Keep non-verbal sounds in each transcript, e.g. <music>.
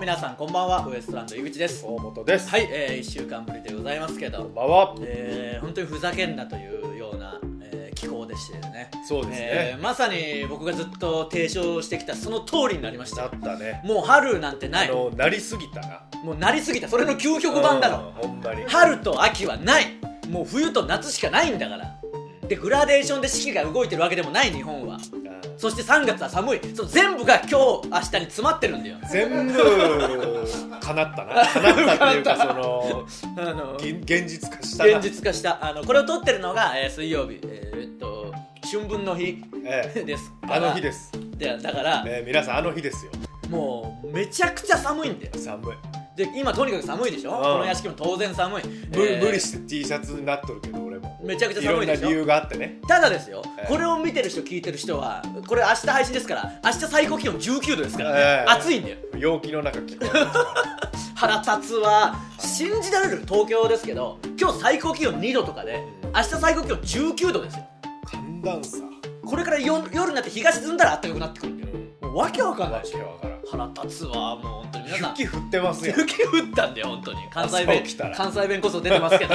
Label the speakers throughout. Speaker 1: 皆さんこんばんはウエストランド井口です
Speaker 2: 大本です。
Speaker 1: はい、えー、1週間ぶりでございますけど
Speaker 2: こんばんは。
Speaker 1: えー、本当にふざけんなというような、えー、気候でしてね
Speaker 2: そうです
Speaker 1: え
Speaker 2: ね。
Speaker 1: ーまさに僕がずっと提唱してきたその通りになりまし
Speaker 2: だ
Speaker 1: た
Speaker 2: ったね。
Speaker 1: もう春なんてな
Speaker 2: あ
Speaker 1: い
Speaker 2: のなりすぎたな。
Speaker 1: もうなりすぎたそれの究極版だろ
Speaker 2: うん。ほんまに。
Speaker 1: 春と秋はないもう冬と夏しかないんだからでグラデーションで四季が動いてるわけでもない日本は
Speaker 2: あー
Speaker 1: そして3月は寒いその全部が今日明日に詰まってるんだよ
Speaker 2: 全部叶った
Speaker 1: <laughs>
Speaker 2: な。叶ったっていうかその
Speaker 1: あの
Speaker 2: 現現実化したな。
Speaker 1: 現実化したあのこれを撮ってるのが、えー水曜日えーえっと春分の日 <laughs>
Speaker 2: ええ
Speaker 1: ですから
Speaker 2: あの日です。ね
Speaker 1: でだから、
Speaker 2: え皆さんあの日ですよ。
Speaker 1: もうめちゃくちゃ寒いんだよ
Speaker 2: 寒い。
Speaker 1: で今とにかく寒いでしょ、
Speaker 2: うん
Speaker 1: この屋敷も当然寒い、
Speaker 2: 無
Speaker 1: えー
Speaker 2: 無理して T シャツになっとるけど俺も。
Speaker 1: めちゃくちゃ
Speaker 2: いろ
Speaker 1: 寒い
Speaker 2: んな
Speaker 1: でし
Speaker 2: 理
Speaker 1: ょ
Speaker 2: 由があってね。
Speaker 1: ただですよ、
Speaker 2: ええ
Speaker 1: これを見てる人聞いてる人はこれ明日配信ですから明日最高気温19度ですからね、
Speaker 2: ええ
Speaker 1: 暑いんだよ
Speaker 2: 陽気の中聞こえますから。
Speaker 1: 腹立つは信じられる東京ですけど今日最高気温2度とかで
Speaker 2: うん
Speaker 1: 明日最高気温19度ですよ
Speaker 2: 寒暖差。
Speaker 1: これから夜夜になって日が沈んだら暖かくなってくるんだよもうわけわかんな
Speaker 2: わ
Speaker 1: い
Speaker 2: けわからん。
Speaker 1: 腹立つわもう本当に皆さん
Speaker 2: 雪降ってますよ。
Speaker 1: 雪降ったんだよ本当に関西弁
Speaker 2: 朝起きたら
Speaker 1: 関西弁こそ出て
Speaker 2: <laughs>
Speaker 1: ますけど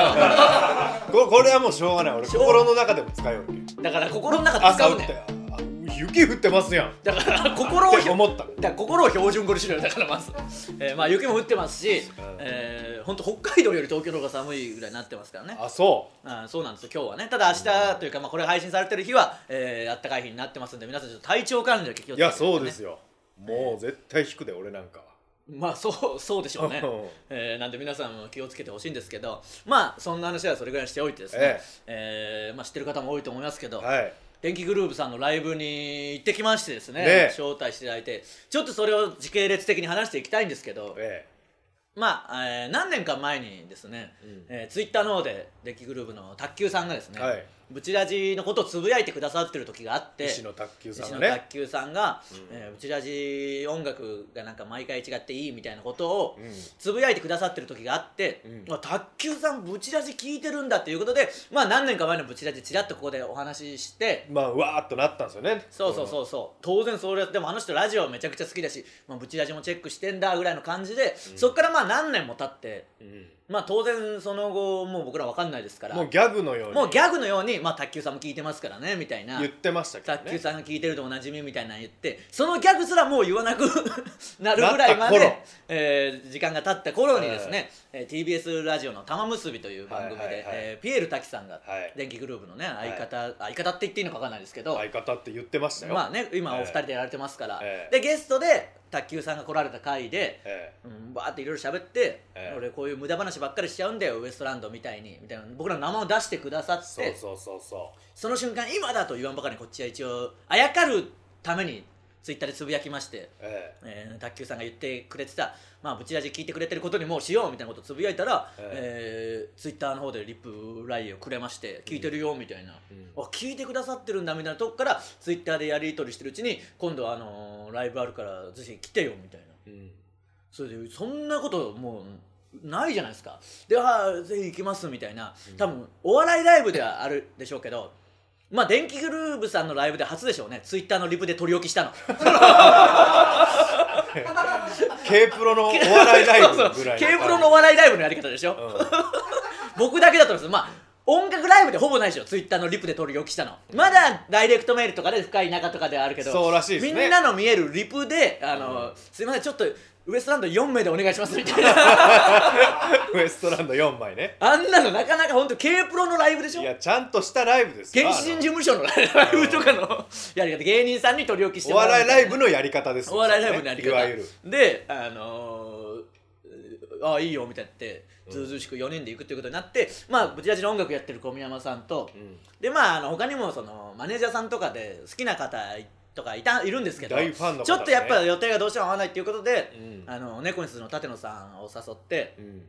Speaker 2: ここれはもうしょうがない俺
Speaker 1: しょう
Speaker 2: 心の中でも使うよね
Speaker 1: だから心の中使
Speaker 2: 朝
Speaker 1: う
Speaker 2: 起
Speaker 1: ね
Speaker 2: き
Speaker 1: ん
Speaker 2: てあ雪降ってますやんっ
Speaker 1: だから心を
Speaker 2: て
Speaker 1: だか
Speaker 2: 思ったの
Speaker 1: ら心を標準語にしろよだからまず、えーまあ雪も降ってますし
Speaker 2: うん、
Speaker 1: えー、本当北海道より東京の方が寒いぐらいになってますからね
Speaker 2: あそ
Speaker 1: あそうなんですよ今日はねただ明日というか、まあ、これ配信されてる日は、えー、あったかい日になってますんで皆さんちょっと体調管理だけ気をつけ
Speaker 2: う
Speaker 1: て、
Speaker 2: いやそうですよもう絶対引くで俺なんかは
Speaker 1: まあそうそうでしょうね
Speaker 2: うん、
Speaker 1: えーなんで皆さんも気をつけてほしいんですけどまあそんな話はそれぐらいにしておいてですね、
Speaker 2: え
Speaker 1: えーまあ、知ってる方も多いと思いますけど、
Speaker 2: はい
Speaker 1: 電気グループさんのライブに行ってきましてですね
Speaker 2: ねえ
Speaker 1: 招待していただいてちょっとそれを時系列的に話していきたいんですけど、
Speaker 2: え
Speaker 1: まあ、えー何年か前にですね、
Speaker 2: うん
Speaker 1: えツイッター Twitter の方で電気グループの卓球さんがです
Speaker 2: え
Speaker 1: ね、
Speaker 2: はい
Speaker 1: ブチラジのことをつぶやいてくださってる時があって
Speaker 2: 石野卓球さん
Speaker 1: 西
Speaker 2: が
Speaker 1: 野
Speaker 2: ね
Speaker 1: 卓球さんが、えーブチラジ音楽がなんか毎回違っていいみたいなことを
Speaker 2: うん
Speaker 1: つぶやいてくださってる時があって、
Speaker 2: うん
Speaker 1: まあ、卓球さんブチラジ聞いてるんだっていうことで、まあ、何年か前のブチラジちらっとここでお話しして。
Speaker 2: まあうわーっとなったんですよね
Speaker 1: そうそうそううそう当然それでもあの人ラジオめちゃくちゃ好きだし、まあ、ブチラジもチェックしてんだぐらいの感じで、そっからまあ何年も経って
Speaker 2: ん、
Speaker 1: まあ当然その後もう僕ら分かんないですから
Speaker 2: もうギャグのように
Speaker 1: もうギャグのように、まあ、卓球さんも聞いてますからねみたいな
Speaker 2: 言ってましたけど、ね、
Speaker 1: 卓球さんが聞いてるとおなじみみたいなの言ってそのギャグすらもう言わなく <laughs> なるぐらいま
Speaker 2: なっ
Speaker 1: で
Speaker 2: た頃、
Speaker 1: えー時間が経った頃にですね、えー TBS ラジオの「玉結び」という番組で、
Speaker 2: はいはいはい
Speaker 1: えーピエール滝さんが
Speaker 2: はい
Speaker 1: 電気グループのね
Speaker 2: い
Speaker 1: 相方、相方って言っていいのか分かんないですけど、
Speaker 2: 相方って言ってましたよ
Speaker 1: まあね今お
Speaker 2: ええ
Speaker 1: 二人でやられてますから、
Speaker 2: え
Speaker 1: でゲストで卓球さんが来られた回で。
Speaker 2: え
Speaker 1: うん、バーっていろいろ喋って、
Speaker 2: ええ
Speaker 1: 俺こういう無駄話ばっかりしちゃうんだよウエストランドみたいにみたいな僕らの名前を出してくださって
Speaker 2: えそうそうそうそ
Speaker 1: その瞬間今だと言わんばかりにこっちは一応あやかるためにツイッターでつぶやきまして、
Speaker 2: うえ
Speaker 1: えー卓球さんが言ってくれてた「まあブチラジ聞いてくれてることにもうしよう」みたいなことつぶやいたら、えーツイッターの方でリプラインをくれまして「聞いてるよ」みたいな。
Speaker 2: えうん
Speaker 1: あ聞いてくださってるんだみたいなとこからツイッターでやり取りしてるうちに今度はあのーライブあるからぜひ来てよみたいな
Speaker 2: うん
Speaker 1: それでそんなこともうないじゃないですかで「あーぜひ行きます」みたいな多分お笑いライブではあるでしょうけどまあ電気グルーヴさんのライブで初でしょうねツイッターのリプで取り置きしたの
Speaker 2: K プロのお笑いライブぐらいの感じ
Speaker 1: K プロのお笑いライブのやり方でしょ、
Speaker 2: うん
Speaker 1: 僕だけだと思いますまあ音楽ライブでほぼないでしょツイッターのリプで取り置きしたのまだダイレクトメールとかで深い仲とかではあるけど
Speaker 2: そうらしいですね
Speaker 1: みんなの見えるリプであの、すいませんちょっとウエストランド4名でお願いしますみたいな <laughs>
Speaker 2: ウエストランド4枚ね
Speaker 1: あんなのなかなか本当 K プロのライブでしょ
Speaker 2: いやちゃんとしたライブですよ
Speaker 1: 原始人事務所のラ <laughs> イブとかのやり方芸人さんに取り置きして
Speaker 2: お笑いライブ
Speaker 1: の
Speaker 2: のやり方ですよ
Speaker 1: お笑いライブのやり方
Speaker 2: いわゆる
Speaker 1: であのー、ああいいよみたいになってずうずうしく4人で行くということになって、まあブチラジの音楽やってる小宮山さんと、でまああの他にもそのマネージャーさんとかで好きな方とかいたいるんですけど
Speaker 2: 大ファンの方ね
Speaker 1: ちょっとやっぱ予定がどうしても合わないっていうことで、
Speaker 2: うん
Speaker 1: あの猫にするの舘野さんを誘って
Speaker 2: うん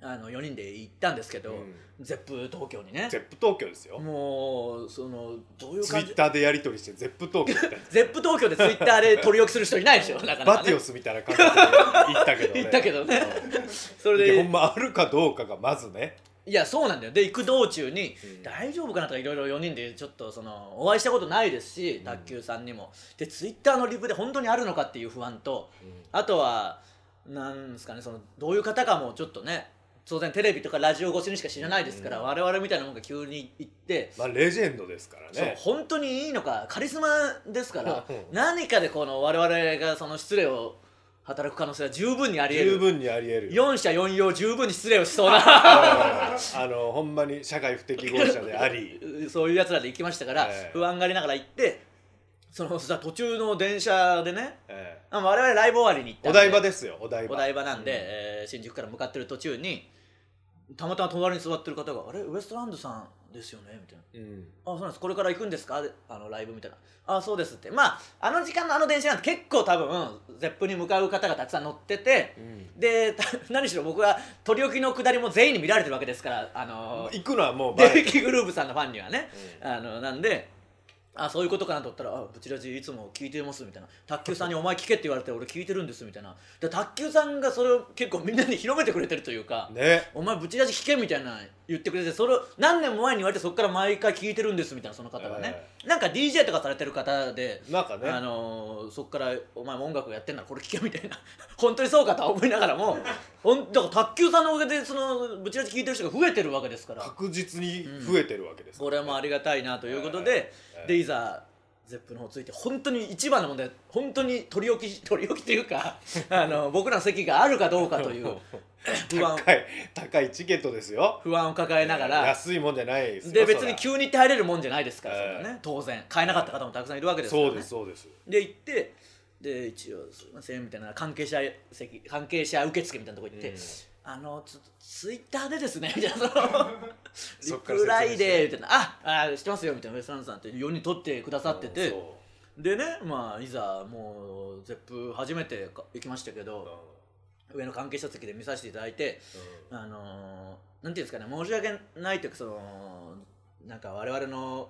Speaker 1: あの4人で行ったんですけど、
Speaker 2: うん
Speaker 1: ゼップ東京にね
Speaker 2: ゼップ東京ですよ
Speaker 1: もうそのどういう
Speaker 2: ツイ
Speaker 1: 感じ
Speaker 2: ッターでやり取りしてゼップ東京みたい
Speaker 1: ゼップ東京でツイッターで取り置きする人いないでしょなかなか、
Speaker 2: な
Speaker 1: ね、
Speaker 2: バティオスみたいな感じで行ったけどね
Speaker 1: 行ったけどねそ
Speaker 2: うん
Speaker 1: れ
Speaker 2: で
Speaker 1: で
Speaker 2: ほんまあるかどうかがまずね
Speaker 1: いやそうなんだよで行く道中に、
Speaker 2: うん
Speaker 1: 大丈夫かなとかいろいろ4人でちょっとそのお会いしたことないですし卓球さんにも、でツイッターのリプで本当にあるのかっていう不安とあとはなんですかねそのどういう方かもちょっとね当然テレビとかラジオ越しにしか知らないですから、
Speaker 2: うん
Speaker 1: 我々みたいなもんが急に行って、
Speaker 2: まあレジェンドですから
Speaker 1: そう
Speaker 2: ね
Speaker 1: 本当にいいのかカリスマですから
Speaker 2: <laughs> うん
Speaker 1: 何かでこの我々がその失礼を働く可能性は十分にあり得る
Speaker 2: 十分にありえるよ
Speaker 1: 4社4用十分に失礼をしそう
Speaker 2: <laughs>
Speaker 1: な
Speaker 2: あのほんまに社会不適合者であ
Speaker 1: <laughs>
Speaker 2: り
Speaker 1: そういうやつらで行きましたから、
Speaker 2: ええ
Speaker 1: 不安がりながら行ってそのさ途中の電車でね
Speaker 2: え
Speaker 1: あ我々ライブ終わりに行っ
Speaker 2: え
Speaker 1: た
Speaker 2: お
Speaker 1: んで
Speaker 2: 台場ですよお台場
Speaker 1: お台場なんで、
Speaker 2: うん
Speaker 1: えー新宿から向かってる途中にたまたま隣に座ってる方が「あれウエストランドさんですよね?」みたいな
Speaker 2: うん
Speaker 1: 「あそうなんですこれから行くんですか?で」あのライブみたいな「あそうです」ってまああの時間のあの電車なんて結構多分ゼップに向かう方がたくさん乗ってて
Speaker 2: うん
Speaker 1: で <laughs> た何しろ僕は取り置きの下りも全員に見られてるわけですからあの
Speaker 2: 行くのはもうバ
Speaker 1: デ
Speaker 2: レ
Speaker 1: イキグループさんのファンにはね、
Speaker 2: う
Speaker 1: あのなんであそういうことかなと思ったら「あブチラジいつも聞いてます」みたいな「卓球さんにお前聞け」って言われて俺聞いてるんですみたいなで卓球さんがそれを結構みんなに広めてくれてるというか「
Speaker 2: ね
Speaker 1: お前ブチラジ聞け」みたいな言ってくれてそれを何年も前に言われてそこから毎回聞いてるんですみたいなその方がね、なんか DJ とかされてる方で。
Speaker 2: なんかね
Speaker 1: あのーそっから「お前も音楽やってんならこれ聞け」みたいな <laughs> 本当にそうかとは思いながらもほんだから卓球さんのおかげでそのブチラジ聞いてる人が増えてるわけですから
Speaker 2: 確実に増えてるわけです
Speaker 1: これもありがたいなということで、
Speaker 2: ええ
Speaker 1: でいざゼップの方ついて本当に一番の問題本当に取り置き <laughs> 取り置きというかあの僕らの席があるかどうかという
Speaker 2: <laughs>
Speaker 1: 不安
Speaker 2: 高い高いチケットですよ
Speaker 1: 不安を抱えながら、
Speaker 2: 安いもんじゃないですよ
Speaker 1: で別
Speaker 2: そ
Speaker 1: に
Speaker 2: りゃ
Speaker 1: 急に行って入れるもんじゃないですから、
Speaker 2: ええ
Speaker 1: そんなね、当然買えなかった方もたくさんいるわけですから、ね、
Speaker 2: そうですそうです
Speaker 1: で行ってで一応「すいません」みたいな関係者席関係者受付みたいなとこ行って「
Speaker 2: うん
Speaker 1: あのツツイッターでですね」みたいなその「
Speaker 2: <laughs>
Speaker 1: リ
Speaker 2: そっから説明して
Speaker 1: プライで」みたいな「ああ知ってますよ」みたいなウエストランドさんって4人撮ってくださってて
Speaker 2: そう
Speaker 1: でねまあいざもう絶プ初めてか行きましたけ
Speaker 2: うん
Speaker 1: ど上の関係者席で見させていただいてあのーなんていうんですかね申し訳ないというかそのなんか我々の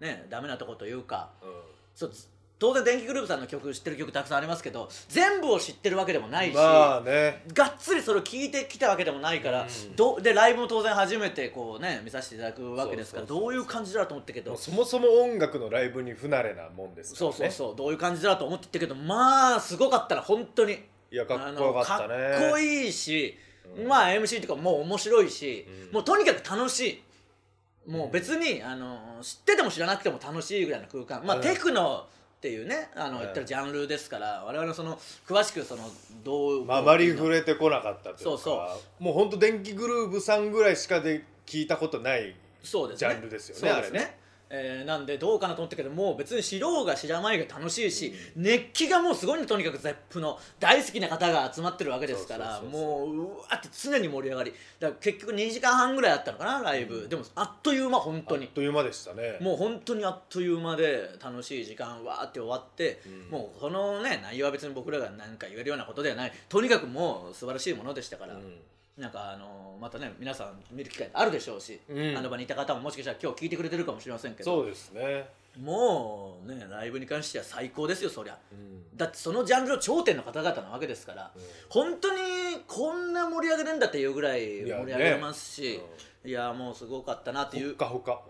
Speaker 1: ねダメなとこというか
Speaker 2: うんうん
Speaker 1: そうず当然電気グループさんの曲知ってる曲たくさんありますけど全部を知ってるわけでもないし、
Speaker 2: まあね
Speaker 1: がっつりそれを聞いてきたわけでもないから、
Speaker 2: うん
Speaker 1: どでライブも当然初めてこうね見させていただくわけですから
Speaker 2: そうそうそう
Speaker 1: どういう感じだろうと思ったけど、
Speaker 2: もうそもそも音楽のライブに不慣れなもんですから
Speaker 1: そう
Speaker 2: ね
Speaker 1: そうそうどういう感じだろうと思ってたけどまあすごかったら本当に。
Speaker 2: いやか
Speaker 1: あ
Speaker 2: っこ
Speaker 1: の
Speaker 2: よかったね
Speaker 1: かっこいいし、
Speaker 2: うん
Speaker 1: まあ MC とかもう面白いし、
Speaker 2: うん
Speaker 1: もうとにかく楽しいも
Speaker 2: う
Speaker 1: うん別に、あの知ってても知らなくても楽しいぐらいの空間まあ、
Speaker 2: うん
Speaker 1: テクノっていうねあの、
Speaker 2: うん
Speaker 1: 言ったらジャンルですから我々のその詳しくそのどう
Speaker 2: まああまり
Speaker 1: こう
Speaker 2: 触れてこなかったというか
Speaker 1: そうそ
Speaker 2: もうほんと電気グルーヴさんぐらいしかで聞いたことない
Speaker 1: そうですね
Speaker 2: ジャンルですよね
Speaker 1: そうですね
Speaker 2: あれ
Speaker 1: えーなんでどうかなと思ったけどもう別に知ろうが知らないが楽しいし、熱気がもうすごいねとにかくゼップの大好きな方が集まってるわけですから
Speaker 2: そうそうそ
Speaker 1: もううわって常に盛り上がりだから結局2時間半ぐらいあったのかなライブ、でもあっという間本当
Speaker 2: あ
Speaker 1: に
Speaker 2: っという間でしたね
Speaker 1: もう本当にあっという間で楽しい時間わーって終わって、
Speaker 2: うん
Speaker 1: もうこのね内容は別に僕らが何か言えるようなことではないとにかくもう素晴らしいものでしたから、
Speaker 2: ん
Speaker 1: なんかあのまたね皆さん見る機会あるでしょうし、
Speaker 2: うん
Speaker 1: あの場にいた方ももしかしたら今日聞いてくれてるかもしれませんけど
Speaker 2: そうですね、
Speaker 1: もうねライブに関しては最高ですよそりゃ
Speaker 2: うん
Speaker 1: だってそのジャンルの頂点の方々なわけですから、
Speaker 2: うん
Speaker 1: 本当にこんな盛り上げれんだっていうぐらい盛
Speaker 2: いやね
Speaker 1: り上げますしいや,、もうすごかったなってい
Speaker 2: ほっ
Speaker 1: う
Speaker 2: かほか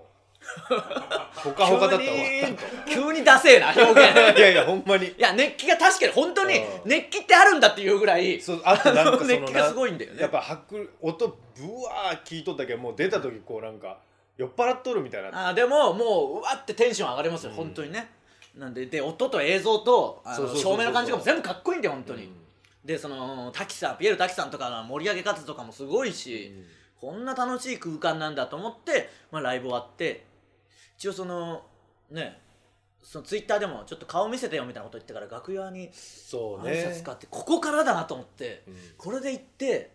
Speaker 1: <laughs>
Speaker 2: ほかほかだったら <laughs> 終わっ
Speaker 1: 急に急にダセえな表
Speaker 2: <laughs> た
Speaker 1: 現
Speaker 2: いやいやほんまに
Speaker 1: いや熱気が確かに本当に
Speaker 2: うん
Speaker 1: 熱気ってあるんだっていうぐらい
Speaker 2: そうあとなんかそのな
Speaker 1: 熱気がすごいんだよね
Speaker 2: やっぱ迫力音ぶわー聞いとったけどもう出た時こうなんか酔っ払っとるみたいな
Speaker 1: あーでももううわってテンション上がりますよ、
Speaker 2: うん
Speaker 1: 本当にねなんでで音と映像とあ
Speaker 2: そう
Speaker 1: の
Speaker 2: そうそうそう
Speaker 1: 照明の感じが全部かっこいいんだよ本当に、
Speaker 2: うん
Speaker 1: でその滝さんピエール滝さんとかの盛り上げ方とかもすごいし、こんな楽しい空間なんだと思って、まあ、ライブ終わって一応そのねそのツイッターでもちょっと顔見せてよみたいなこと言ってから楽屋に
Speaker 2: そうね
Speaker 1: 挨拶かってここからだなと思って、
Speaker 2: うん
Speaker 1: これで行って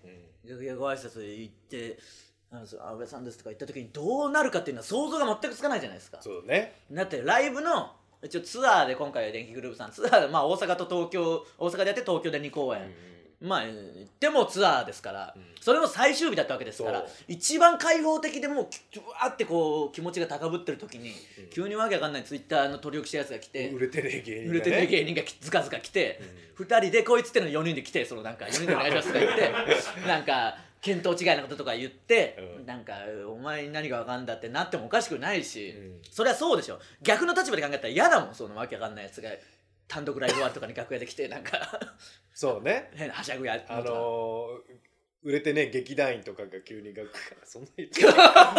Speaker 2: うん
Speaker 1: 楽屋ご挨拶行って「あ安倍さんです」とか言った時にどうなるかっていうのは想像が全くつかないじゃないですか。
Speaker 2: そうね
Speaker 1: だってライブの一応ツアーで今回は電気グループさんツアーで、まあ、大阪と東京大阪でやって東京で2公演、まあえー言ってもツアーですから、
Speaker 2: うん
Speaker 1: それも最終日だったわけですから
Speaker 2: そう
Speaker 1: 一番開放的でもうきうわーってこう気持ちが高ぶってる時に、
Speaker 2: うん
Speaker 1: 急にわけわかんないツイッターの取り置きしたやつが来て、
Speaker 2: 売れてねえ芸人がね
Speaker 1: 売れてる芸人がきずかずか来て、二2人でこいつっての4人で来てそのなんか4人でお願いしますとか言って
Speaker 2: <laughs>
Speaker 1: なんか見当違いなこととか言って、
Speaker 2: うん
Speaker 1: なんかお前に何がわかんだってなってもおかしくないし、
Speaker 2: うん
Speaker 1: そりゃそうでしょ逆の立場で考えたら嫌だもんそのわけわかんないやつが単独ライブ終わりとかに楽屋で来てなんか <laughs>
Speaker 2: そうね
Speaker 1: 変なはしゃぐやるとか
Speaker 2: あのー売れてね劇団員とかが急に学そんな
Speaker 1: <laughs>
Speaker 2: 言っちゃう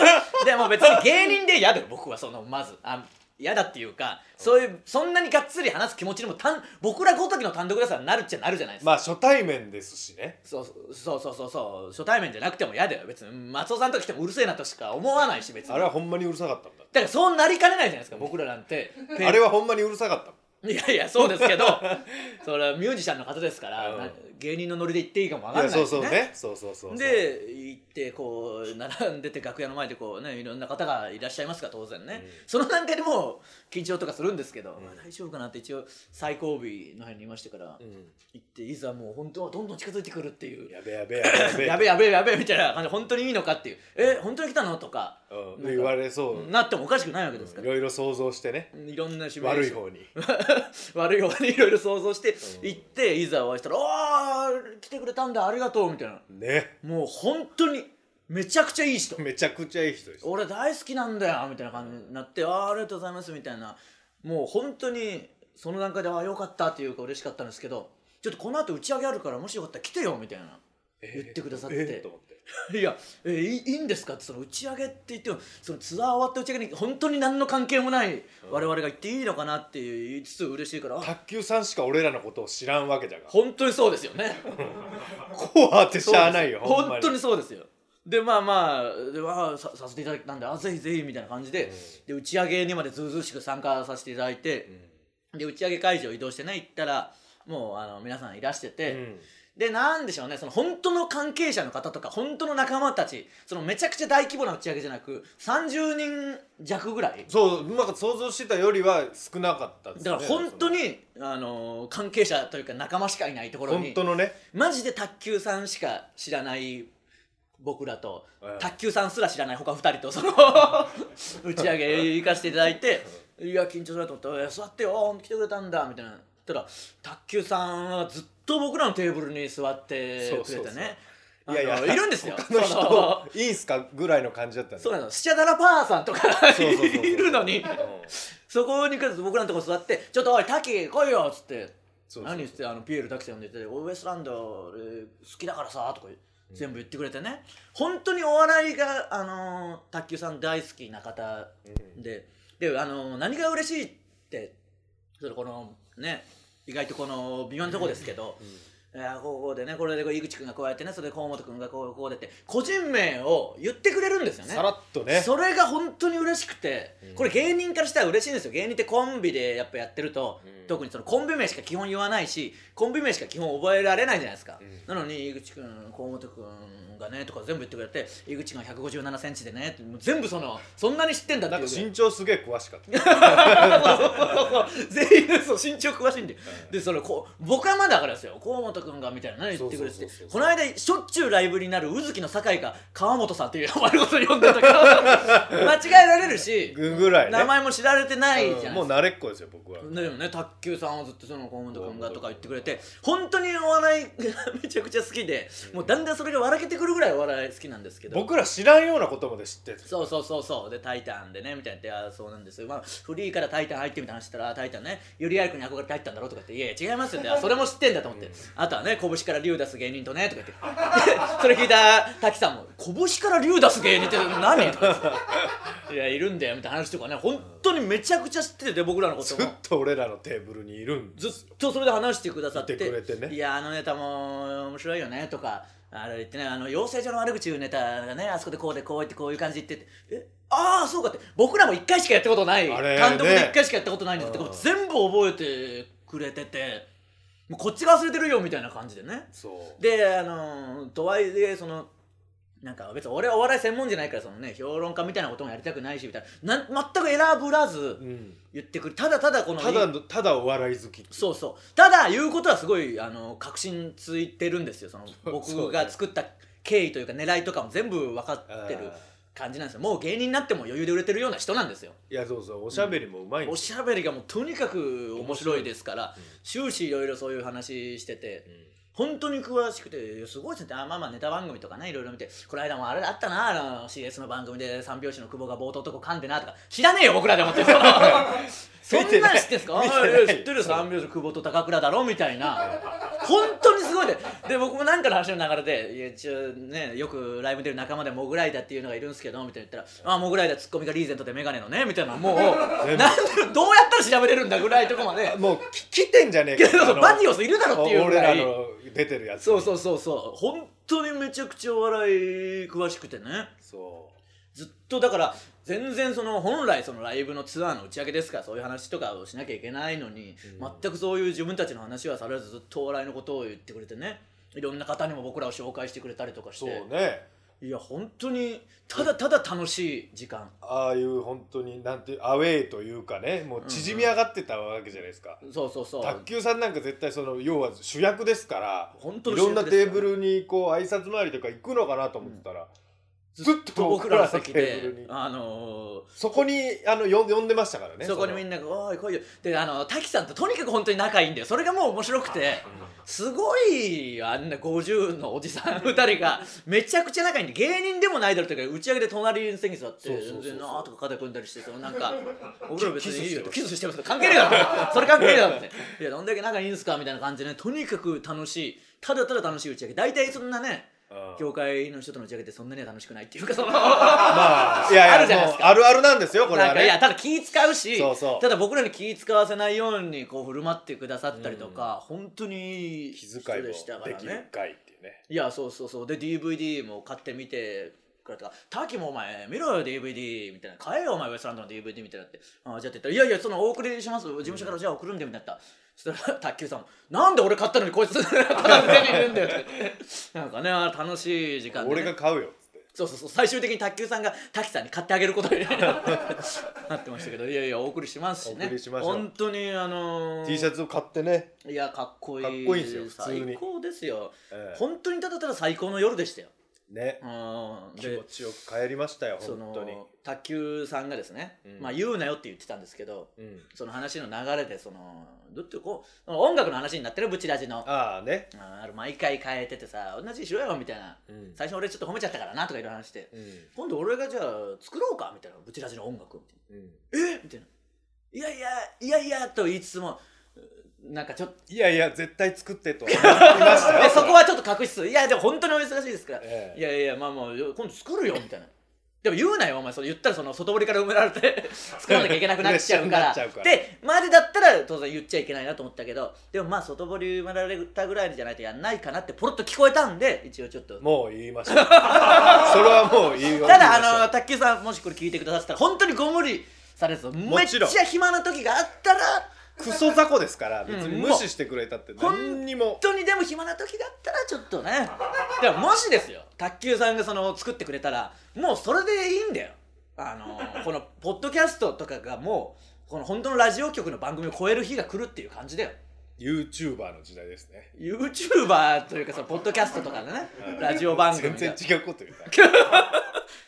Speaker 1: でも別に芸人で嫌だよ僕はそのまずあ嫌だっていうかそういうそんなにがっつり話す気持ちにも単僕らごときの単独ださなるっちゃなるじゃないですか、
Speaker 2: まあ初対面ですしね
Speaker 1: そうそうそうそうそう初対面じゃなくても嫌だよ別に松尾さんと来てもうるせえなとしか思わないし別に
Speaker 2: あれはほんまにうるさかったん
Speaker 1: だ
Speaker 2: だ
Speaker 1: からそうなりかねないじゃないですか僕らなん
Speaker 2: <laughs>
Speaker 1: てペ
Speaker 2: あれはほんまにうるさかった
Speaker 1: いやいやそうですけ
Speaker 2: <laughs>
Speaker 1: どそれはミュージシャンの方ですから、
Speaker 2: うん
Speaker 1: な芸人のノリで言っていいかもわかん
Speaker 2: い
Speaker 1: な
Speaker 2: や
Speaker 1: い
Speaker 2: そうそうねそうそうそうそう
Speaker 1: で行ってこう並んでて楽屋の前でこうねいろんな方がいらっしゃいますから当然ね、
Speaker 2: うん
Speaker 1: その段階でもう緊張とかするんですけど、
Speaker 2: うん
Speaker 1: まあ大丈夫かなって一応最後尾の辺にいましたから、
Speaker 2: うん
Speaker 1: 行っていざもう本当はどんどん近づいてくるっていう
Speaker 2: やべやべやべや
Speaker 1: <laughs>
Speaker 2: べ
Speaker 1: やべやべやべみたいな感じで本当にいいのかっていうえ本当に来たのとか
Speaker 2: うん言われそう
Speaker 1: なってもおかしくないわけですか
Speaker 2: い
Speaker 1: ら、
Speaker 2: ろいろ想像してね
Speaker 1: いろんなシミュレー
Speaker 2: 悪い
Speaker 1: ション
Speaker 2: 方に
Speaker 1: <laughs> 悪い方にいろいろ想像して
Speaker 2: うん
Speaker 1: 行っていざお会いしたら「あー来てくれたんだありがとう」みたいな
Speaker 2: ね
Speaker 1: もう本当にめちゃくちゃいい人
Speaker 2: めちゃくちゃいい人です
Speaker 1: 俺大好きなんだよみたいな感じになって「あーありがとうございます」みたいなもう本当にその段階で「あーよかった」っていうか嬉しかったんですけど「ちょっとこの後打ち上げあるからもしよかったら来てよ」みたいな。言ってくださって
Speaker 2: えーえーと思って
Speaker 1: <laughs> いや、えーいいいいんですかってその打ち上げって言ってもそのツアー終わった打ち上げに本当に何の関係もない我々が行っていいのかなって言いつつ嬉しいからあ
Speaker 2: 卓球さんしか俺らのことを知らんわけじゃが
Speaker 1: 本当にそうですよね。
Speaker 2: 怖って <laughs> しゃあないよ
Speaker 1: そうです
Speaker 2: ほんま
Speaker 1: 本当にそうですよでまあまあでわあささせていただいたんであぜひぜひみたいな感じで,、で打ち上げにまでずうずうしく参加させていただいて、で打ち上げ会場移動してね行ったらもうあの皆さんいらしてて、
Speaker 2: うん
Speaker 1: でなんでしょうねその本当の関係者の方とか本当の仲間たちそのめちゃくちゃ大規模な打ち上げじゃなく30人弱ぐらい
Speaker 2: そううまく想像してたよりは少なかったですね
Speaker 1: だから本当に、あの関係者というか仲間しかいないとこ
Speaker 2: そ
Speaker 1: ろ
Speaker 2: の
Speaker 1: に
Speaker 2: 本当のね
Speaker 1: マジで卓球さんしか知らない僕らと、
Speaker 2: うん
Speaker 1: 卓球さんすら知らない他二人と
Speaker 2: <laughs>
Speaker 1: その打ち上げ行かせていただいていや緊張するなと思ってえ「座ってよ来てくれたんだ」みたいなそしたら卓球さんはずっと僕らのテーブルに座ってくれてね
Speaker 2: そうそうそういやいや
Speaker 1: あのいるんですよ
Speaker 2: 他の
Speaker 1: その
Speaker 2: 人いいんすかぐらいの感じだったね
Speaker 1: そうなのスチャダラパーさんとか
Speaker 2: そうそうそうそう
Speaker 1: いるのに
Speaker 2: うん
Speaker 1: そこに来ると僕らのとこ座って「ちょっとおい滝来いよ」っつって
Speaker 2: そうそう
Speaker 1: 何言ってあのピエール滝さん呼んでて「おウエストランド俺好きだからさ」とか全部言ってくれてね、本当にお笑いが、あのー卓球さん大好きな方
Speaker 2: うん
Speaker 1: でで、あのー何が嬉しいってそれこのね意外とこの微妙なとこですけど、いやこうこうでねこれでこう井口君がこうやってねそれで河本君がこうこうでって個人名を言ってくれるんですよね。
Speaker 2: さらっとね
Speaker 1: それが本当に嬉しくて、
Speaker 2: うん
Speaker 1: これ芸人からしたら嬉しいんですよ芸人ってコンビでやっぱやってると、
Speaker 2: うん
Speaker 1: 特にそのコンビ名しか基本言わないしコンビ名しか基本覚えられないじゃないですか、
Speaker 2: うん
Speaker 1: なのに井口君河本君がねとか全部言ってくれて井口が1 5 7センチでねってもう全部そのそんなに知ってんだって
Speaker 2: ないん
Speaker 1: う
Speaker 2: か
Speaker 1: ぐらい
Speaker 2: 身長すげえ詳しかった
Speaker 1: そうそう全員そう身長詳しいんで、でそれこう僕はまだからですよ河本君がみたいな何言ってくれてて
Speaker 2: そうそうそうそ
Speaker 1: こ
Speaker 2: う
Speaker 1: の間しょっちゅうライブになる宇月の酒井が川本さんっていう名前のこと呼んでたから <laughs> 間違えられるし
Speaker 2: ぐぐらいね
Speaker 1: 名前も知られてないじゃ
Speaker 2: うん
Speaker 1: ない
Speaker 2: も
Speaker 1: で
Speaker 2: う
Speaker 1: すか。
Speaker 2: 慣れっこですよ僕は
Speaker 1: でもね、卓球さんはずっとその河本君がとか言ってくれて本当にお笑いがめちゃくちゃ好きでもうだんだんそれが笑けてくるぐらいお笑い好きなんですけど
Speaker 2: 僕ら知らんようなことまで知ってる
Speaker 1: そうそうそうそうで「タイタン」でねみたいな言ってあーそうなんですよ、まあ、フリーから「タイタン」入ってみたいな話したらあー「タイタンねゆりやる君に憧れて入ったんだろ」とか言って「いやいや違います
Speaker 2: <laughs>
Speaker 1: よ」ってあーそれも知ってんだと思って、あとはね「拳から竜出す芸人とね」とか言って <laughs> それ聞いた滝さんも「拳から竜出す芸人って何?」とか言
Speaker 2: <laughs>
Speaker 1: って「いやいるんだよ」みたいな話とかね本当にめちゃくちゃ知ってて僕らのこと
Speaker 2: ずっ
Speaker 1: も。
Speaker 2: と俺らのテーブルにいるん
Speaker 1: ず
Speaker 2: で
Speaker 1: っ
Speaker 2: すよ
Speaker 1: とそれで話してくださって
Speaker 2: いてくれてね
Speaker 1: いやあのネタも面白いよねとかあれ言ってねあの養成所の悪口言うネタがねあそこでこうでこう言ってこういう感じで言っててえああそうかって僕らも1回しかやったことない、
Speaker 2: あれね
Speaker 1: 単独で1回しかやったことないんですって
Speaker 2: うん
Speaker 1: こと全部覚えてくれててもうこっちが忘れてるよみたいな感じでね
Speaker 2: そう
Speaker 1: であのとはいえそのなんか別に俺はお笑い専門じゃないからそのね評論家みたいなこともやりたくないしみたいななん全く選ぶらず
Speaker 2: うん
Speaker 1: 言ってくるただただこの
Speaker 2: ただのただお笑い好き
Speaker 1: そうそうただ言うことはすごいあの確信ついてるんですよその僕が作った経緯というか狙いとかも全部分かってる
Speaker 2: あー
Speaker 1: 感じなんですよもう芸人になっても余裕で売れてるような人なんですよ
Speaker 2: いやそうそうおしゃべりもうまいん
Speaker 1: お
Speaker 2: です
Speaker 1: しゃべりがもうとにかく面白いですから、終始いろいろそういう話してて、本当に詳しくてすごいですねあまあまあネタ番組とかねいろいろ見てこの間もあれだったな
Speaker 2: <laughs>
Speaker 1: あの CS の番組で三拍子の久保が冒頭とこ噛んでなとか知らねえよ僕らでもってそのそそんなん知ってんすかあ
Speaker 2: 見てない
Speaker 1: ーいや知ってる三拍子久保と高倉だろみたいな本当にすごいんだよで僕もなんかの話の流れでいや一応ねよくライブに出る仲間でモグライダーっていうのがいるんですけどみたいな言ったら「あーモグライダーツッコミがリーゼントでメガネのね」みたいなもうなんで
Speaker 2: 全部
Speaker 1: どうやったら調べれるんだぐらいとこ
Speaker 2: <laughs>
Speaker 1: まで
Speaker 2: もうき来てんじゃねえ
Speaker 1: け
Speaker 2: か
Speaker 1: ど
Speaker 2: あの
Speaker 1: バディオスいるだろっていうぐ
Speaker 2: 俺
Speaker 1: ら
Speaker 2: ら
Speaker 1: い
Speaker 2: の出てるやつ
Speaker 1: そう
Speaker 2: う
Speaker 1: そうそうそう本当にめちゃくちゃお笑い詳しくてね
Speaker 2: そ
Speaker 1: ずっとだから全然その本来そのライブのツアーの打ち上げですからそういう話とかをしなきゃいけないのに、
Speaker 2: うん
Speaker 1: 全くそういう自分たちの話はされずずっとお笑いのことを言ってくれてねいろんな方にも僕らを紹介してくれたりとかし
Speaker 2: うそう
Speaker 1: て、
Speaker 2: ね
Speaker 1: いや本当にただただ楽しい時間
Speaker 2: ああいう本当になんていうアウェイというかねもう縮み上がってたわけじゃないですか、
Speaker 1: そうそうそう
Speaker 2: 卓球さんなんか絶対その要は主役ですから
Speaker 1: 本当
Speaker 2: い
Speaker 1: に
Speaker 2: ろんなテーブルにこう挨拶回りとか行くのかなと思ってたら、
Speaker 1: ずっと僕らの席
Speaker 2: 僕らのテーブル
Speaker 1: で
Speaker 2: に
Speaker 1: あのー
Speaker 2: そこにあの呼ん呼んでましたからね
Speaker 1: そこにみ
Speaker 2: なん
Speaker 1: なが「おい来いよ」であの滝さんととにかく本当に仲いいんだよそれがもう面白くてすごいよあんな50のおじさん2人
Speaker 2: <laughs>
Speaker 1: がめちゃくちゃ仲いいんで芸人でもないだろうというか打ち上げで隣に席に座って
Speaker 2: そうそうそ
Speaker 1: 全
Speaker 2: う
Speaker 1: 然なーとか肩組んだりしてその
Speaker 2: <laughs>
Speaker 1: なんか僕ら別にいいよって
Speaker 2: キ
Speaker 1: キスしてます関係ねえだろそれ関係ねえだろっていやどんだけ仲いいんすかみたいな感じでねとにかく楽しいただただ楽しい打ち上げ大体そんなね
Speaker 2: うん
Speaker 1: 業界の人との打ち上げってそんなには楽しくないっていうかその
Speaker 2: まあいやいや
Speaker 1: あるじゃないですか
Speaker 2: もうあるあるなんですよこれ
Speaker 1: な
Speaker 2: は
Speaker 1: んかいや
Speaker 2: ね
Speaker 1: ただ気使うし
Speaker 2: そうそう
Speaker 1: ただ僕らに気使わせないようにこう振る舞ってくださったりとか、本当にいい
Speaker 2: 気
Speaker 1: 人
Speaker 2: 遣いも
Speaker 1: でしたか
Speaker 2: で
Speaker 1: ら
Speaker 2: きる
Speaker 1: ね
Speaker 2: 回っていうね
Speaker 1: いやそうそうそうで DVD も買ってみてくれたから「タキもお前見ろよ DVD」みたいな「買えよお前ウエストランドの DVD」みたいなって「ああじゃあ」って言ったら「いやいやそのお送りします事務所からじゃあ送るんで」みたいになったそしたら卓球さんも「なんで俺買ったのにこいつ <laughs> ただの手に入れるんだよ」ってなんかねあ楽しい時間でね、
Speaker 2: 俺が買うよっつって
Speaker 1: そうそうそう最終的に卓球さんが滝さんに買ってあげる
Speaker 2: <laughs>
Speaker 1: ことになってましたけどいやいやお送りしますしね
Speaker 2: お送りしましょう
Speaker 1: 本当にあのー、
Speaker 2: T シャツを買ってね、
Speaker 1: いやかっこいい
Speaker 2: かっこいいんですよ普通に
Speaker 1: 最高ですよ
Speaker 2: ええ
Speaker 1: 本当にただただ最高の夜でしたよ
Speaker 2: ね
Speaker 1: うん
Speaker 2: 気
Speaker 1: で
Speaker 2: 持ちよく帰りましたよ
Speaker 1: そ
Speaker 2: 本当に
Speaker 1: の卓球さんがですね、
Speaker 2: うん
Speaker 1: まあ言うなよって言ってたんですけど
Speaker 2: うん
Speaker 1: その話の流れでそのどってこう音楽の話になってるブチラジの
Speaker 2: ああね、
Speaker 1: あー毎回変えててさ同じにしろよみたいな
Speaker 2: うん
Speaker 1: 最初俺ちょっと褒めちゃったからなとかいろいろ話して
Speaker 2: うん
Speaker 1: 今度俺がじゃあ作ろうかみたいなブチラジの音楽みたい
Speaker 2: うん
Speaker 1: なえみたいないやいやいやいやと言いつつもうなんか
Speaker 2: <laughs>
Speaker 1: ちょっと
Speaker 2: いやいや絶対作っ
Speaker 1: <laughs>
Speaker 2: てとは思いましたよ
Speaker 1: でそこはちょっと隠しつついやでも本当にお忙しいですから、
Speaker 2: ええ
Speaker 1: いやいやまあまあよ今度作るよみたいなでも言うなよお前それ言ったらその外堀から埋められ
Speaker 2: <laughs>
Speaker 1: て作らなきゃいけなくなっちゃうか
Speaker 2: プレッシャーにな
Speaker 1: ら
Speaker 2: っちゃうから
Speaker 1: でまでだったら当然言っちゃいけないなと思ったけどでもまあ外堀埋められたぐらいじゃないとやんないかなってポロッと聞こえたんで一応ちょっと
Speaker 2: もう言いま
Speaker 1: <laughs>
Speaker 2: した。それはもう言いました
Speaker 1: だあの卓球さんもしこれ聞いてくださったら本当にご無理されずめっち
Speaker 2: ちろん
Speaker 1: ゃ暇な時があったら
Speaker 2: クソ雑魚ですから別に
Speaker 1: うん
Speaker 2: 無視してくれたって何にも
Speaker 1: 本、当にでも暇な時があったらちょっとねでももしですよ卓球さんがその作ってくれたらもうそれでいいんだよあのこのポッドキャストとかがもうこの本当のラジオ局の番組を超える日が来るっていう感じだよ
Speaker 2: YouTuber の時代ですね。
Speaker 1: YouTuber というかそのポッドキャストとかのね
Speaker 2: はい
Speaker 1: ラジオ番組が
Speaker 2: 全然違うこと言うた。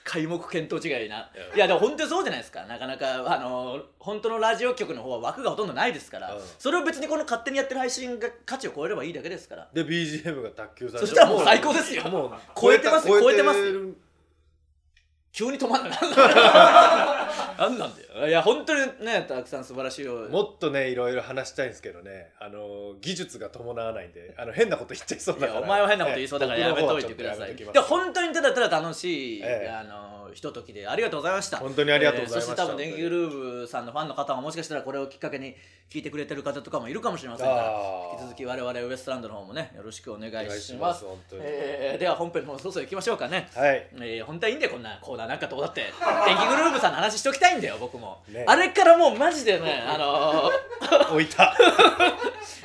Speaker 1: 皆目見当違いな
Speaker 2: うん
Speaker 1: いやでも本当にそうじゃないですかなかなかあの本当のラジオ局の方は枠がほとんどないですから、
Speaker 2: うん
Speaker 1: それを別にこの勝手にやってる配信が価値を超えればいいだけですから
Speaker 2: で BGM が卓球さん
Speaker 1: そしたらもう最高ですよ
Speaker 2: もう
Speaker 1: 超えてますよ超えてますよ
Speaker 2: る
Speaker 1: 急に止まんないなんなんだよいや本当にねたくさん素晴らしいよ
Speaker 2: もっとねいろいろ話したいんですけどねあの技術が伴わないんであの変なこと言っちゃいそう
Speaker 1: い
Speaker 2: だから
Speaker 1: やお前は変なこと言いそうだからやめといてください。で
Speaker 2: 本
Speaker 1: 本当にただただ楽しい、
Speaker 2: ええ
Speaker 1: あのひとときでありがとうございました。
Speaker 2: 本当にありがとうございました
Speaker 1: えーそして多分電気グルーブさんのファンの方ももしかしたらこれをきっかけに聞いてくれてる方とかもいるかもしれませんから
Speaker 2: あー
Speaker 1: 引き続き我々ウエストランドの方もねよろしくお願いし
Speaker 2: お
Speaker 1: ま
Speaker 2: 願い
Speaker 1: す。
Speaker 2: します本当に
Speaker 1: えーでは本編の方そろそろ行きましょうかね。
Speaker 2: はい
Speaker 1: えー本当はいいんだよこんなコーナーなんかどうだって電気グルーブさんの話しときたいんだよ僕も、
Speaker 2: ね
Speaker 1: あれからもうマジでねあの
Speaker 2: 置いた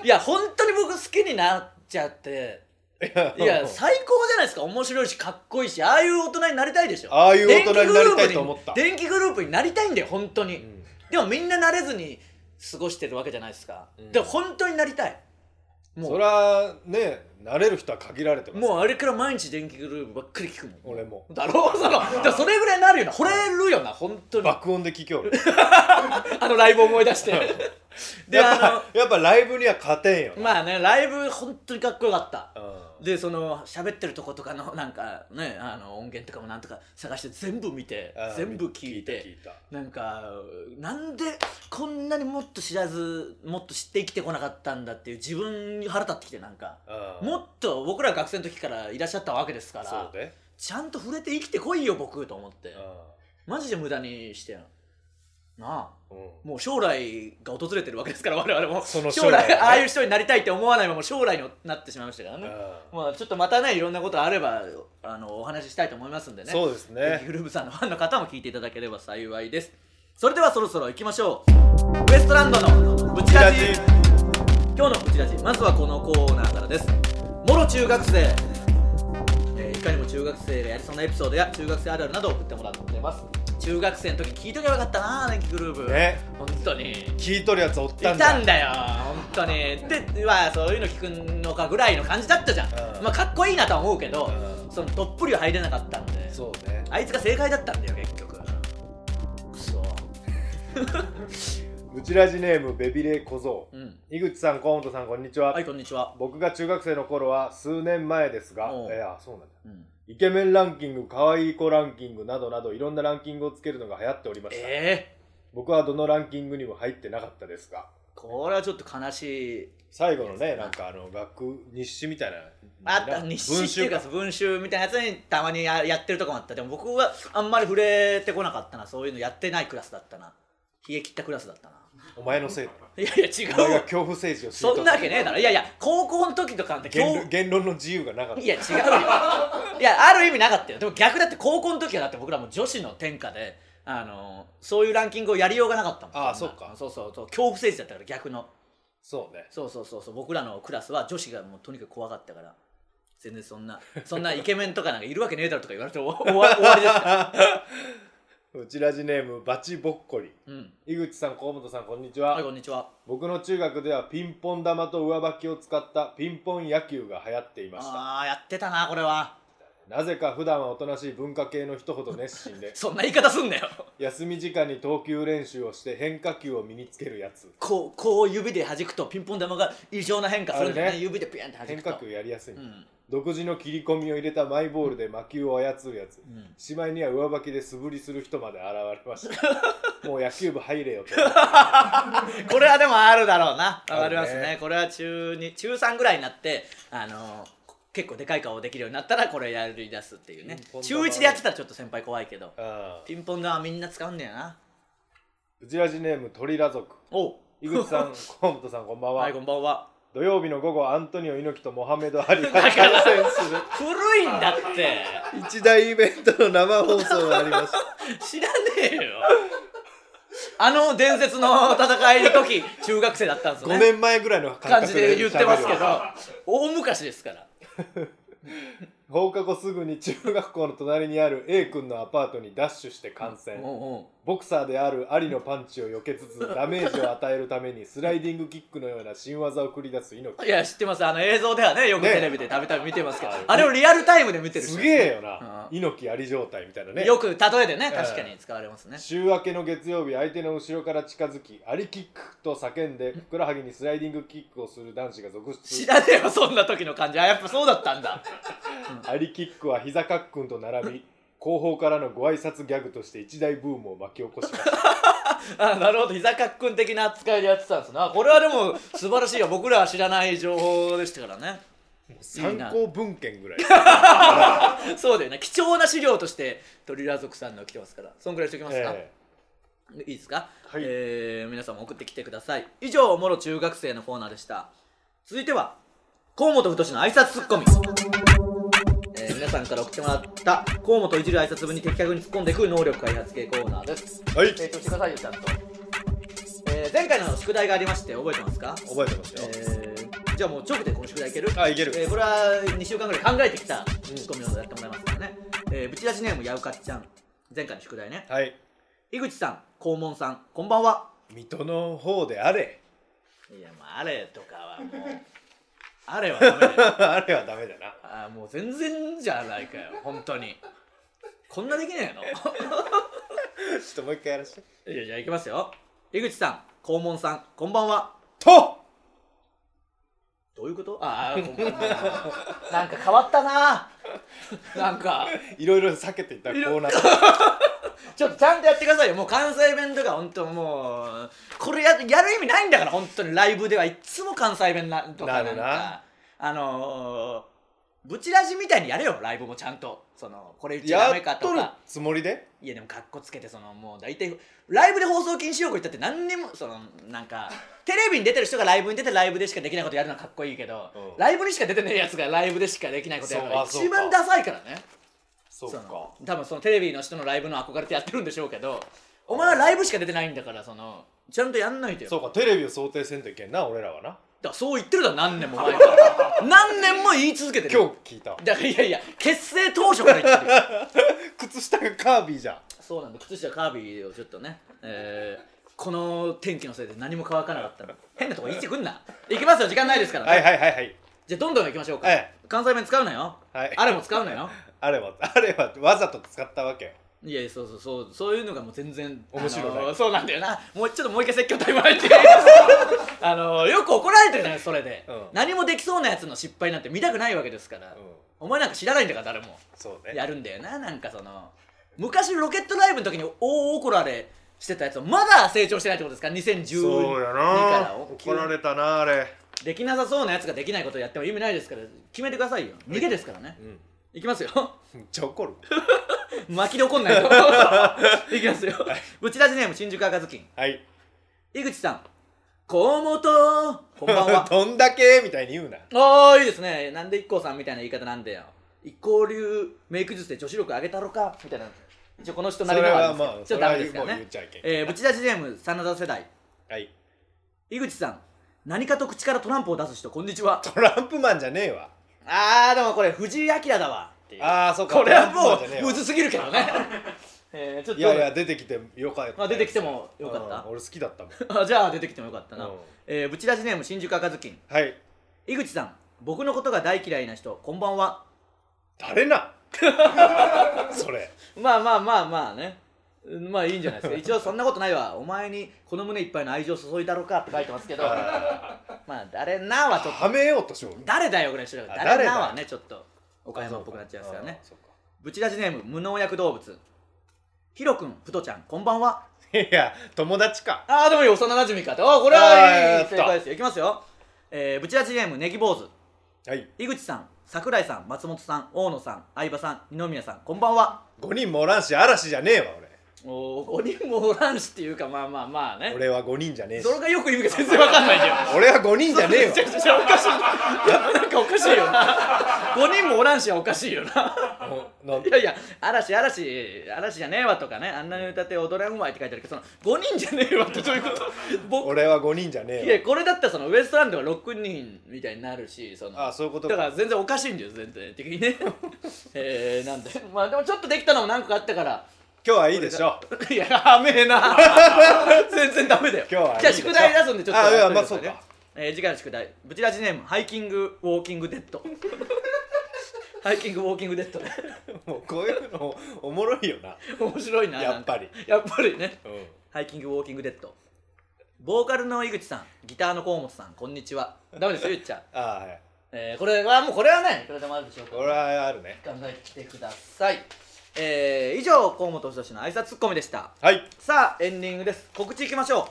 Speaker 1: ーいや本当に僕好きになっちゃって <laughs> いや
Speaker 2: <laughs>
Speaker 1: 最高じゃないですか面白いしかっこいいしああいう大人になりたいでしょ
Speaker 2: ああいう大人になりたいと思った
Speaker 1: 電気グループに電気グループになりたいんだよ本当に、
Speaker 2: ん
Speaker 1: でもみんななれずに過ごしてるわけじゃないですか、
Speaker 2: ん
Speaker 1: でも本当になりたいも
Speaker 2: そうらね慣れる人は限られてます
Speaker 1: もうあれから毎日電気グループばっかり聞くもん
Speaker 2: 俺も
Speaker 1: だろうそのでもそれぐらいになるよな惚れるよな本当に
Speaker 2: 爆音で聞きおる <laughs>
Speaker 1: あのライブ思い出して <laughs> で
Speaker 2: やっ
Speaker 1: あ
Speaker 2: ぱやっぱライブには勝てんよ
Speaker 1: のまあねライブ本当にかっこよかった
Speaker 2: うん
Speaker 1: でその喋ってるとことかの <laughs> なんかねあの音源とかもなんとか探して全部見て
Speaker 2: あー
Speaker 1: 全部聞いて
Speaker 2: 聞いた聞い
Speaker 1: なんかなんでこんなにもっと知らずもっと知って生きてこなかったんだっていう自分に腹立ってきてなんか
Speaker 2: たうん
Speaker 1: もっと僕ら学生の時からいらっしゃったわけですか
Speaker 2: そ
Speaker 1: ら
Speaker 2: うね
Speaker 1: ちゃんと触れて生きてこいよ僕と思って
Speaker 2: う
Speaker 1: マジで無駄にしてんなあ
Speaker 2: んうん
Speaker 1: もう将来が訪れてるわけですから我々も
Speaker 2: その
Speaker 1: 将
Speaker 2: 将
Speaker 1: 来
Speaker 2: 来
Speaker 1: ああいう人になりたいって思わないまま将来になってしまいましたからね
Speaker 2: う
Speaker 1: まあ、ちょっとまたねいろんなことあればあのお話ししたいと思いますんで
Speaker 2: ん
Speaker 1: ね
Speaker 2: そうです
Speaker 1: ぜひ
Speaker 2: ね
Speaker 1: グルーブさんのファンの方も聞いていただければ幸いですそれではそろそろ行きましょうウエストランドのブチラジ今日のブチラジまずはこのコーナーからですもろ中学生、えーいかにも中学生がやりそうなエピソードや中学生あるあるなどを送ってもらってます中学生の時聞いとけばよかったな電気グルーブ、
Speaker 2: ね
Speaker 1: 本当に
Speaker 2: 聞いとるやつおっ
Speaker 1: い
Speaker 2: たんだ
Speaker 1: たんだよ本当にでまあそういうの聞くのかぐらいの感じだったじゃん、
Speaker 2: うん
Speaker 1: まあかっこいいなとは思うけど、
Speaker 2: うん
Speaker 1: そのどっぷりは入れなかったんで
Speaker 2: そうね
Speaker 1: あいつが正解だったんだよ結局くそう
Speaker 2: ちラジネームベビレ小僧
Speaker 1: うん
Speaker 2: 井口さん河本さんこんにちは、
Speaker 1: はいこんにちは、
Speaker 2: 僕が中学生の頃は数年前ですが
Speaker 1: おう
Speaker 2: えーあそうなんだ
Speaker 1: うん
Speaker 2: イケメンランキング可愛い子ランキングなどなどいろんなランキングをつけるのが流行っておりました、
Speaker 1: ええ
Speaker 2: 僕はどのランキングにも入ってなかったですが
Speaker 1: これはちょっと悲しい
Speaker 2: 最後のねなんかあの学日誌みたいな
Speaker 1: あった日誌っていうか文集みたいなやつにたまにややってるとこもあったでも僕はあんまり触れてこなかったなそういうのやってないクラスだったな冷え切ったクラスだったな
Speaker 2: お
Speaker 1: <laughs>
Speaker 2: 前のせいだ
Speaker 1: いやいや違う
Speaker 2: お前が
Speaker 1: わ
Speaker 2: 恐怖政治を知
Speaker 1: そんなわけねえだろいやいや高校の時とかなんて
Speaker 2: 言
Speaker 1: 教
Speaker 2: 論言論の自由がなかった
Speaker 1: いや違うよいやある意味なかったよでも逆だって高校の時はだって僕らも女子の天下であのそういうランキングをやりようがなかったもん
Speaker 2: ああ
Speaker 1: んな
Speaker 2: そうか
Speaker 1: そうそうそう恐怖政治だったから逆の
Speaker 2: そうね
Speaker 1: そうそうそうそう僕らのクラスは女子がもうとにかく怖かったから全然そんなそんなイケメンとかなんかいるわけねえだろとか言われて終わ終わ終わりですから、
Speaker 2: うちラジネームバチボッコリ
Speaker 1: うん、
Speaker 2: 井口さん河本さんこんにちは、
Speaker 1: はいこんにちは
Speaker 2: 僕の中学ではピンポン玉と上履きを使ったピンポン野球が流行っていました
Speaker 1: ああやってたなこれは
Speaker 2: なぜか普段はおとなしい文化系の人ほど熱
Speaker 1: <laughs>
Speaker 2: 心で
Speaker 1: そんな言い方すんなよ
Speaker 2: 休み時間に投球練習をして変化球を身につけるやつ
Speaker 1: こうこう指で弾くとピンポン玉が異常な変化するんだよ
Speaker 2: あ
Speaker 1: ね
Speaker 2: れね
Speaker 1: 指でピュンって弾くと
Speaker 2: 変化球やりやすい、
Speaker 1: うん
Speaker 2: 独自の切り込みを入れたマイボールで魔球を操るやつ、
Speaker 1: うん
Speaker 2: しまいには上履きで素振りする人まで現れました
Speaker 1: <laughs>
Speaker 2: もう野球部入れよと
Speaker 1: これはでもあるだろうな
Speaker 2: あるね
Speaker 1: わかりますねこれは中二中3ぐらいになってあのー結構でかい顔できるようになったらこれやりだすっていうね
Speaker 2: ピンポン
Speaker 1: 中
Speaker 2: 玉
Speaker 1: 1でやってたらちょっと先輩怖いけど
Speaker 2: ああ
Speaker 1: ピンポン玉みんな使うんだよな
Speaker 2: うちらじネーム鳥ラ族
Speaker 1: おう
Speaker 2: 井口さん河本さんこんばんは、
Speaker 1: はいこんばんは
Speaker 2: 土曜日の午後アントニオ猪木とモハメド・アリ
Speaker 1: <laughs>
Speaker 2: が対戦する
Speaker 1: 古いんだって
Speaker 2: 一大イベントの生放送がありまし
Speaker 1: <laughs>
Speaker 2: た
Speaker 1: 知らねえよあの伝説の戦いの時中学生だったんですよ
Speaker 2: 5
Speaker 1: ね
Speaker 2: 年前ぐらいの感
Speaker 1: 感
Speaker 2: 覚
Speaker 1: じで言ってますけど
Speaker 2: 喋るわ
Speaker 1: 大昔ですから
Speaker 2: 放課後すぐに中学校の隣にある A 君のアパートにダッシュして観戦、
Speaker 1: おう
Speaker 2: ボクサーであるアリのパンチを避けつつダメージを与えるためにスライディングキックのような新技を繰り出す猪
Speaker 1: おういや知ってますあの映像ではねよく
Speaker 2: ね
Speaker 1: テレビでたびたび見てますけど、
Speaker 2: ある
Speaker 1: あれをリアルタイ <laughs> ムで見て
Speaker 2: 木
Speaker 1: る人
Speaker 2: す
Speaker 1: ですね
Speaker 2: げえよな
Speaker 1: う
Speaker 2: 猪木あり状態みたいなね
Speaker 1: よく例えでね
Speaker 2: うん
Speaker 1: 確かに使われますね、
Speaker 2: 週明けの月曜日相手の後ろから近づきアリキックと叫んでふくらはぎにスライディングキックをする男子が続
Speaker 1: 知
Speaker 2: 出
Speaker 1: らねえよそんな時の感じあやっぱそうだったんだ
Speaker 2: アリキックは膝カックンと並び後方からのご挨拶ギャグとして一大ブームを巻き起こ <laughs> しました
Speaker 1: あなるほど膝かっくん的な扱いでやってたんですなこれはでも素晴らしいよ僕らは知らない情報でしたからねいい
Speaker 2: 参
Speaker 1: な
Speaker 2: 考文献ぐらい
Speaker 1: そうだよね貴重な資料として鳥ラ族さんの来てますからそんぐらいしておきますか、
Speaker 2: え
Speaker 1: いいですか、
Speaker 2: はい
Speaker 1: えー皆さんも送ってきてください以上もろ中学生のコーナーでした続いては河本太の挨拶ツッコミ、えー皆さんから送ってもらった河本いじる挨拶文に的確に突っ込んでいく能力開発系コーナーです
Speaker 2: えはい
Speaker 1: 提供してくださいよちゃんと、えー前回の宿題がありまして覚えてますか
Speaker 2: 覚えてますよ、
Speaker 1: えーじゃあもう直でこの宿題いける
Speaker 2: あいける
Speaker 1: えーこれは2週間ぐらい考えてきたツッコミをやってもらいますからね、えーぶち出しネームやうかっちゃん前回の宿題ね
Speaker 2: はい
Speaker 1: 井口さん肛門さんこんばんは
Speaker 2: 水戸の方であれ <laughs>
Speaker 1: いやもうあれとかはもうあれはダメだよ
Speaker 2: あれはダメだな
Speaker 1: <laughs> あーもう全然じゃないかよ本当にこ <laughs> んなできないの
Speaker 2: ちょっともう一回やらして
Speaker 1: いやじゃあいきますよ井口さん肛門さんこんばんは
Speaker 2: と
Speaker 1: どういうことああこんばんはなんか変わったな <laughs> なんか
Speaker 2: いろいろ避けていたコ
Speaker 1: いろ
Speaker 2: ーナー
Speaker 1: ちょっとちゃんとやってくださいよもう関西弁とか本当もうこれややる意味ないんだから本当にライブではいつも関西弁なとかな
Speaker 2: なんる
Speaker 1: か
Speaker 2: な
Speaker 1: あのー、ブチラジみたいにやれよライブもちゃんとそのこれ言っちゃダメ
Speaker 2: <laughs> や
Speaker 1: か
Speaker 2: っ
Speaker 1: と
Speaker 2: とる
Speaker 1: か
Speaker 2: つもりで
Speaker 1: いやでもかっこつけてそのもう大体ライブで放送禁止用語言ったって何にもそのなんかテレビに出てる人がライブに出てライブでしかできないことやるのはかっこいいけど、
Speaker 2: うん
Speaker 1: ライブにしか出てないやつがライブでしかできないことやるのが
Speaker 2: そうあそう
Speaker 1: 一
Speaker 2: か
Speaker 1: 番ダサいからね
Speaker 2: そう
Speaker 1: そ
Speaker 2: か
Speaker 1: の多分そのテレビの人のライブの憧れてやってるんでしょうけどお前はライブしか出てないんだからそのちゃんとやんないとよ
Speaker 2: そうかテレビを想定せんといけんな俺らはな
Speaker 1: だからそう言ってるだろ何年も前から <laughs> 何年も言い続けてる
Speaker 2: 今日聞いたわ
Speaker 1: だからいやいや結成当初から言ってるよ
Speaker 2: 靴下がカービィじゃん
Speaker 1: <laughs> そうなんだ靴下カービィをちょっとね、えーこの天気のせいで何も乾かなかったの変なとこ行ってくんな行きますよ時間ないですから、ね
Speaker 2: はいはいはいはい
Speaker 1: じゃあどんどん行きましょうか、
Speaker 2: はい
Speaker 1: 関西弁使うなよ、
Speaker 2: はい
Speaker 1: あれも使うなよ
Speaker 2: あれはあれはわざと使ったわけ
Speaker 1: いやいやそうそうそうそういうのがもう全然
Speaker 2: 面白いね
Speaker 1: あのーそうなんだよなもうちょっともう一回説教タイム
Speaker 2: <laughs>
Speaker 1: 入ってあのーよく怒られてるじゃないそれで、
Speaker 2: うん
Speaker 1: 何もできそうなやつの失敗なんて見たくないわけですから、
Speaker 2: うん
Speaker 1: お前なんか知らないんだから誰も
Speaker 2: そうね
Speaker 1: やるんだよななんかその昔ロケットライブの時に大怒られしてたやつをまだ成長してないってことですか
Speaker 2: そう
Speaker 1: 2012
Speaker 2: や
Speaker 1: から
Speaker 2: な
Speaker 1: を
Speaker 2: 怒られたなあれ
Speaker 1: できなさそうなやつができないことをやっても意味ないですから決めてくださいよ逃げですからね、
Speaker 2: うん
Speaker 1: いきますよ
Speaker 2: めっ <laughs> ちゃ怒るわ
Speaker 1: 巻きで怒ん
Speaker 2: <laughs>
Speaker 1: ないといきますよ、ブチラジネーム新宿赤ずきん
Speaker 2: はい
Speaker 1: 井口さん河本こんばんは
Speaker 2: <laughs> どんだけみたいに言うな
Speaker 1: ああいいですねなんで IKKO さんみたいな言い方なんだよ IKKO 流メイク術で女子力上げたろかみたいな一応この人なりのはあるんですけどち
Speaker 2: そ
Speaker 1: ょっと
Speaker 2: れ
Speaker 1: ダ
Speaker 2: はまあ
Speaker 1: メですから
Speaker 2: それはもう言
Speaker 1: ね
Speaker 2: っちゃいけん
Speaker 1: えー、ブチラジネーム真田世代
Speaker 2: はい
Speaker 1: 井口さん何かと口からトランプを出す人こんにちは
Speaker 2: トランプマンじゃねえわ
Speaker 1: あーでもこれ藤井明だわっていう
Speaker 2: ああそうか
Speaker 1: これは
Speaker 2: トランプマンじゃね
Speaker 1: も
Speaker 2: え
Speaker 1: う
Speaker 2: わ
Speaker 1: むずすぎるけどね
Speaker 2: <laughs>
Speaker 1: えー、ちょっと
Speaker 2: いやいや出てきてよかった
Speaker 1: あ出てきてもよかった
Speaker 2: うん俺好きだったもん
Speaker 1: <laughs> あじゃあ出てきてもよかったな、
Speaker 2: うん
Speaker 1: えー、ブチラジネーム新宿赤ずきん
Speaker 2: はい
Speaker 1: 井口さん僕のことが大嫌いな人こんばんは <laughs>
Speaker 2: 誰なそれ
Speaker 1: まあまあまあまあねうんまあいいんじゃないですか一応そんなことないわお前にこの胸いっぱいの愛情を注いだろかって書いてますけどまあ誰なはちょっと
Speaker 2: はめようとしよう
Speaker 1: 誰だよぐらいにしろよ
Speaker 2: あ
Speaker 1: 誰
Speaker 2: 誰だ
Speaker 1: な
Speaker 2: よ
Speaker 1: はねちょっと岡山っぽくなっちゃいますからね
Speaker 2: あそうか
Speaker 1: ブチラジネーム無農薬動物ヒロ君ふとちゃんこんばんはい
Speaker 2: や友達か
Speaker 1: ああでもいい幼馴染かってああこれはい
Speaker 2: あーや
Speaker 1: い
Speaker 2: った
Speaker 1: 正解ですよいきますよ、えー、ブチラジネームネギ坊主
Speaker 2: はい
Speaker 1: 井口さん桜井さん松本さん大野さん相葉さん二宮さんこんばんは
Speaker 2: 5人もおらんし嵐じゃねえわ
Speaker 1: おお5人もおらんしっていうかまあまあまあね
Speaker 2: 俺俺は5人じゃねえし
Speaker 1: それがよく意味が全然わかんないじゃん
Speaker 2: 俺は5人じゃねえわ
Speaker 1: ちょちょちょおかしいなんかおかしいよな5人もおらんしはおかしいよな
Speaker 2: の
Speaker 1: いやいや嵐嵐嵐じゃねえわとかねあんなに歌って踊れんわいって書いてあるけどその5人じゃねえわってどういうこと僕
Speaker 2: 俺は5人じゃね
Speaker 1: い
Speaker 2: え
Speaker 1: やこれだったらそのウエストランドは6人みたいになるしその
Speaker 2: わあそういうこと
Speaker 1: だから
Speaker 2: か
Speaker 1: 全然おかしいんだよ全体的に <laughs> ねえー、なんでまあでもちょっとできたのも何個かあったから
Speaker 2: 今日はいいでしょ
Speaker 1: いや、ダメえな。全然ダメだよ。
Speaker 2: 今日はいい
Speaker 1: じゃあ
Speaker 2: でしょ
Speaker 1: 宿題出すんでちょっと。
Speaker 2: あいやまあそうか
Speaker 1: えー次回の宿題、ブチラジネーム、ハイキングウォーキングデッ <laughs> ド。ハイキングウォーキングデッドね。
Speaker 2: もうこういうのおもろいよな
Speaker 1: 面白いな。
Speaker 2: やっぱり。
Speaker 1: やっぱりね。
Speaker 2: うん
Speaker 1: ハイキングウォーキングデッド。ボーカルの井口さん、ギターの河本さん、こんにちは。ダメですよ、言っちゃう。
Speaker 2: ああはい
Speaker 1: えーこれはもうこれはね、いくらでもあるでしょうから
Speaker 2: 俺はあるね
Speaker 1: 考えてください。えー以上、河本太の挨拶ツッコミでした。
Speaker 2: はい
Speaker 1: さあエンディングです告知いきましょう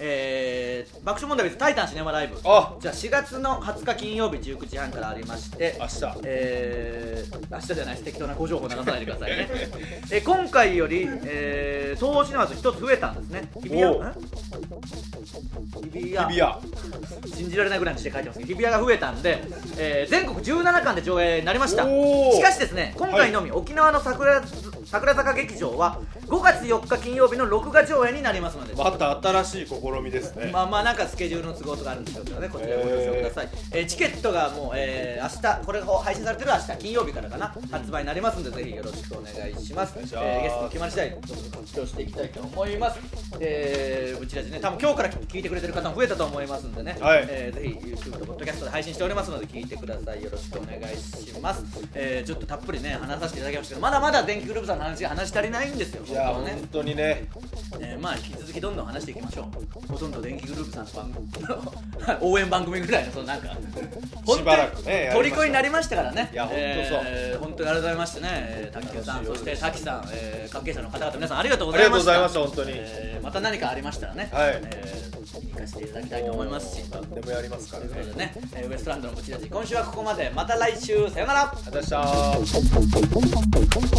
Speaker 1: えー、爆笑問題別タイタンシネマライブ
Speaker 2: あ
Speaker 1: じゃあ4月の20日金曜日19時半からありまして
Speaker 2: 明日
Speaker 1: えー、明日じゃないです適当なご情報流さないでくださいねえ今回より、えー、東宝シネマズ1つ増えたんですね日比谷
Speaker 2: おうん
Speaker 1: 日比
Speaker 2: ビ
Speaker 1: 谷
Speaker 2: ア
Speaker 1: 信じられないぐらいにして書いてますけど日比谷が増えたんで、えー全国17巻で上映になりました
Speaker 2: おー
Speaker 1: しかしですね今回のみ、沖縄の桜桜坂劇場は5月4日金曜日の録画上映になりますので、
Speaker 2: また新しい試みですね
Speaker 1: まあまあなんかスケジュールの都合とかあるんでしょうけどねこちらご了承ください、えーチケットがもう、えー明日これが配信されてる明日金曜日からかな発売になりますんでぜひよろしくお願いします
Speaker 2: お願いします
Speaker 1: えーゲストの決まり次第ちょっと告知をしていきたいと思いますえー、ブチラジね多分今日から聞いてくれてる方も増えたと思いますんでね、
Speaker 2: はい
Speaker 1: えーぜひ YouTube とポッドキャストで配信しておりますので聞いてくださいよろしくお願いします、えーちょっとたっぷりね話させていただきましたけどまだまだ電気グループさんの話話足りないんですよ
Speaker 2: いや
Speaker 1: 本当はね
Speaker 2: 本当にね
Speaker 1: えーまあ引き続きどんどん話していきましょうほとんど電気グループさんの番組 <laughs> 応援番組ぐらいのそのなんか
Speaker 2: しばらくねやりましょう
Speaker 1: 虜になりましたからね
Speaker 2: いやほんとそう
Speaker 1: えー本当に改めましてねえー卓球さんそして滝さん、えー関係者の方々皆さんありがとうご
Speaker 2: あ
Speaker 1: ざ
Speaker 2: り
Speaker 1: いま
Speaker 2: がとうご
Speaker 1: した
Speaker 2: ざいました本当に、
Speaker 1: えーまた何かありましたらね、
Speaker 2: はい
Speaker 1: えー、聞かせていただきたいと思いますし
Speaker 2: 何でもやりますから
Speaker 1: という
Speaker 2: ね
Speaker 1: ことでね、えーウエストランドのこちらじ今週はここまでまた来週さよなら
Speaker 2: ありがとうございました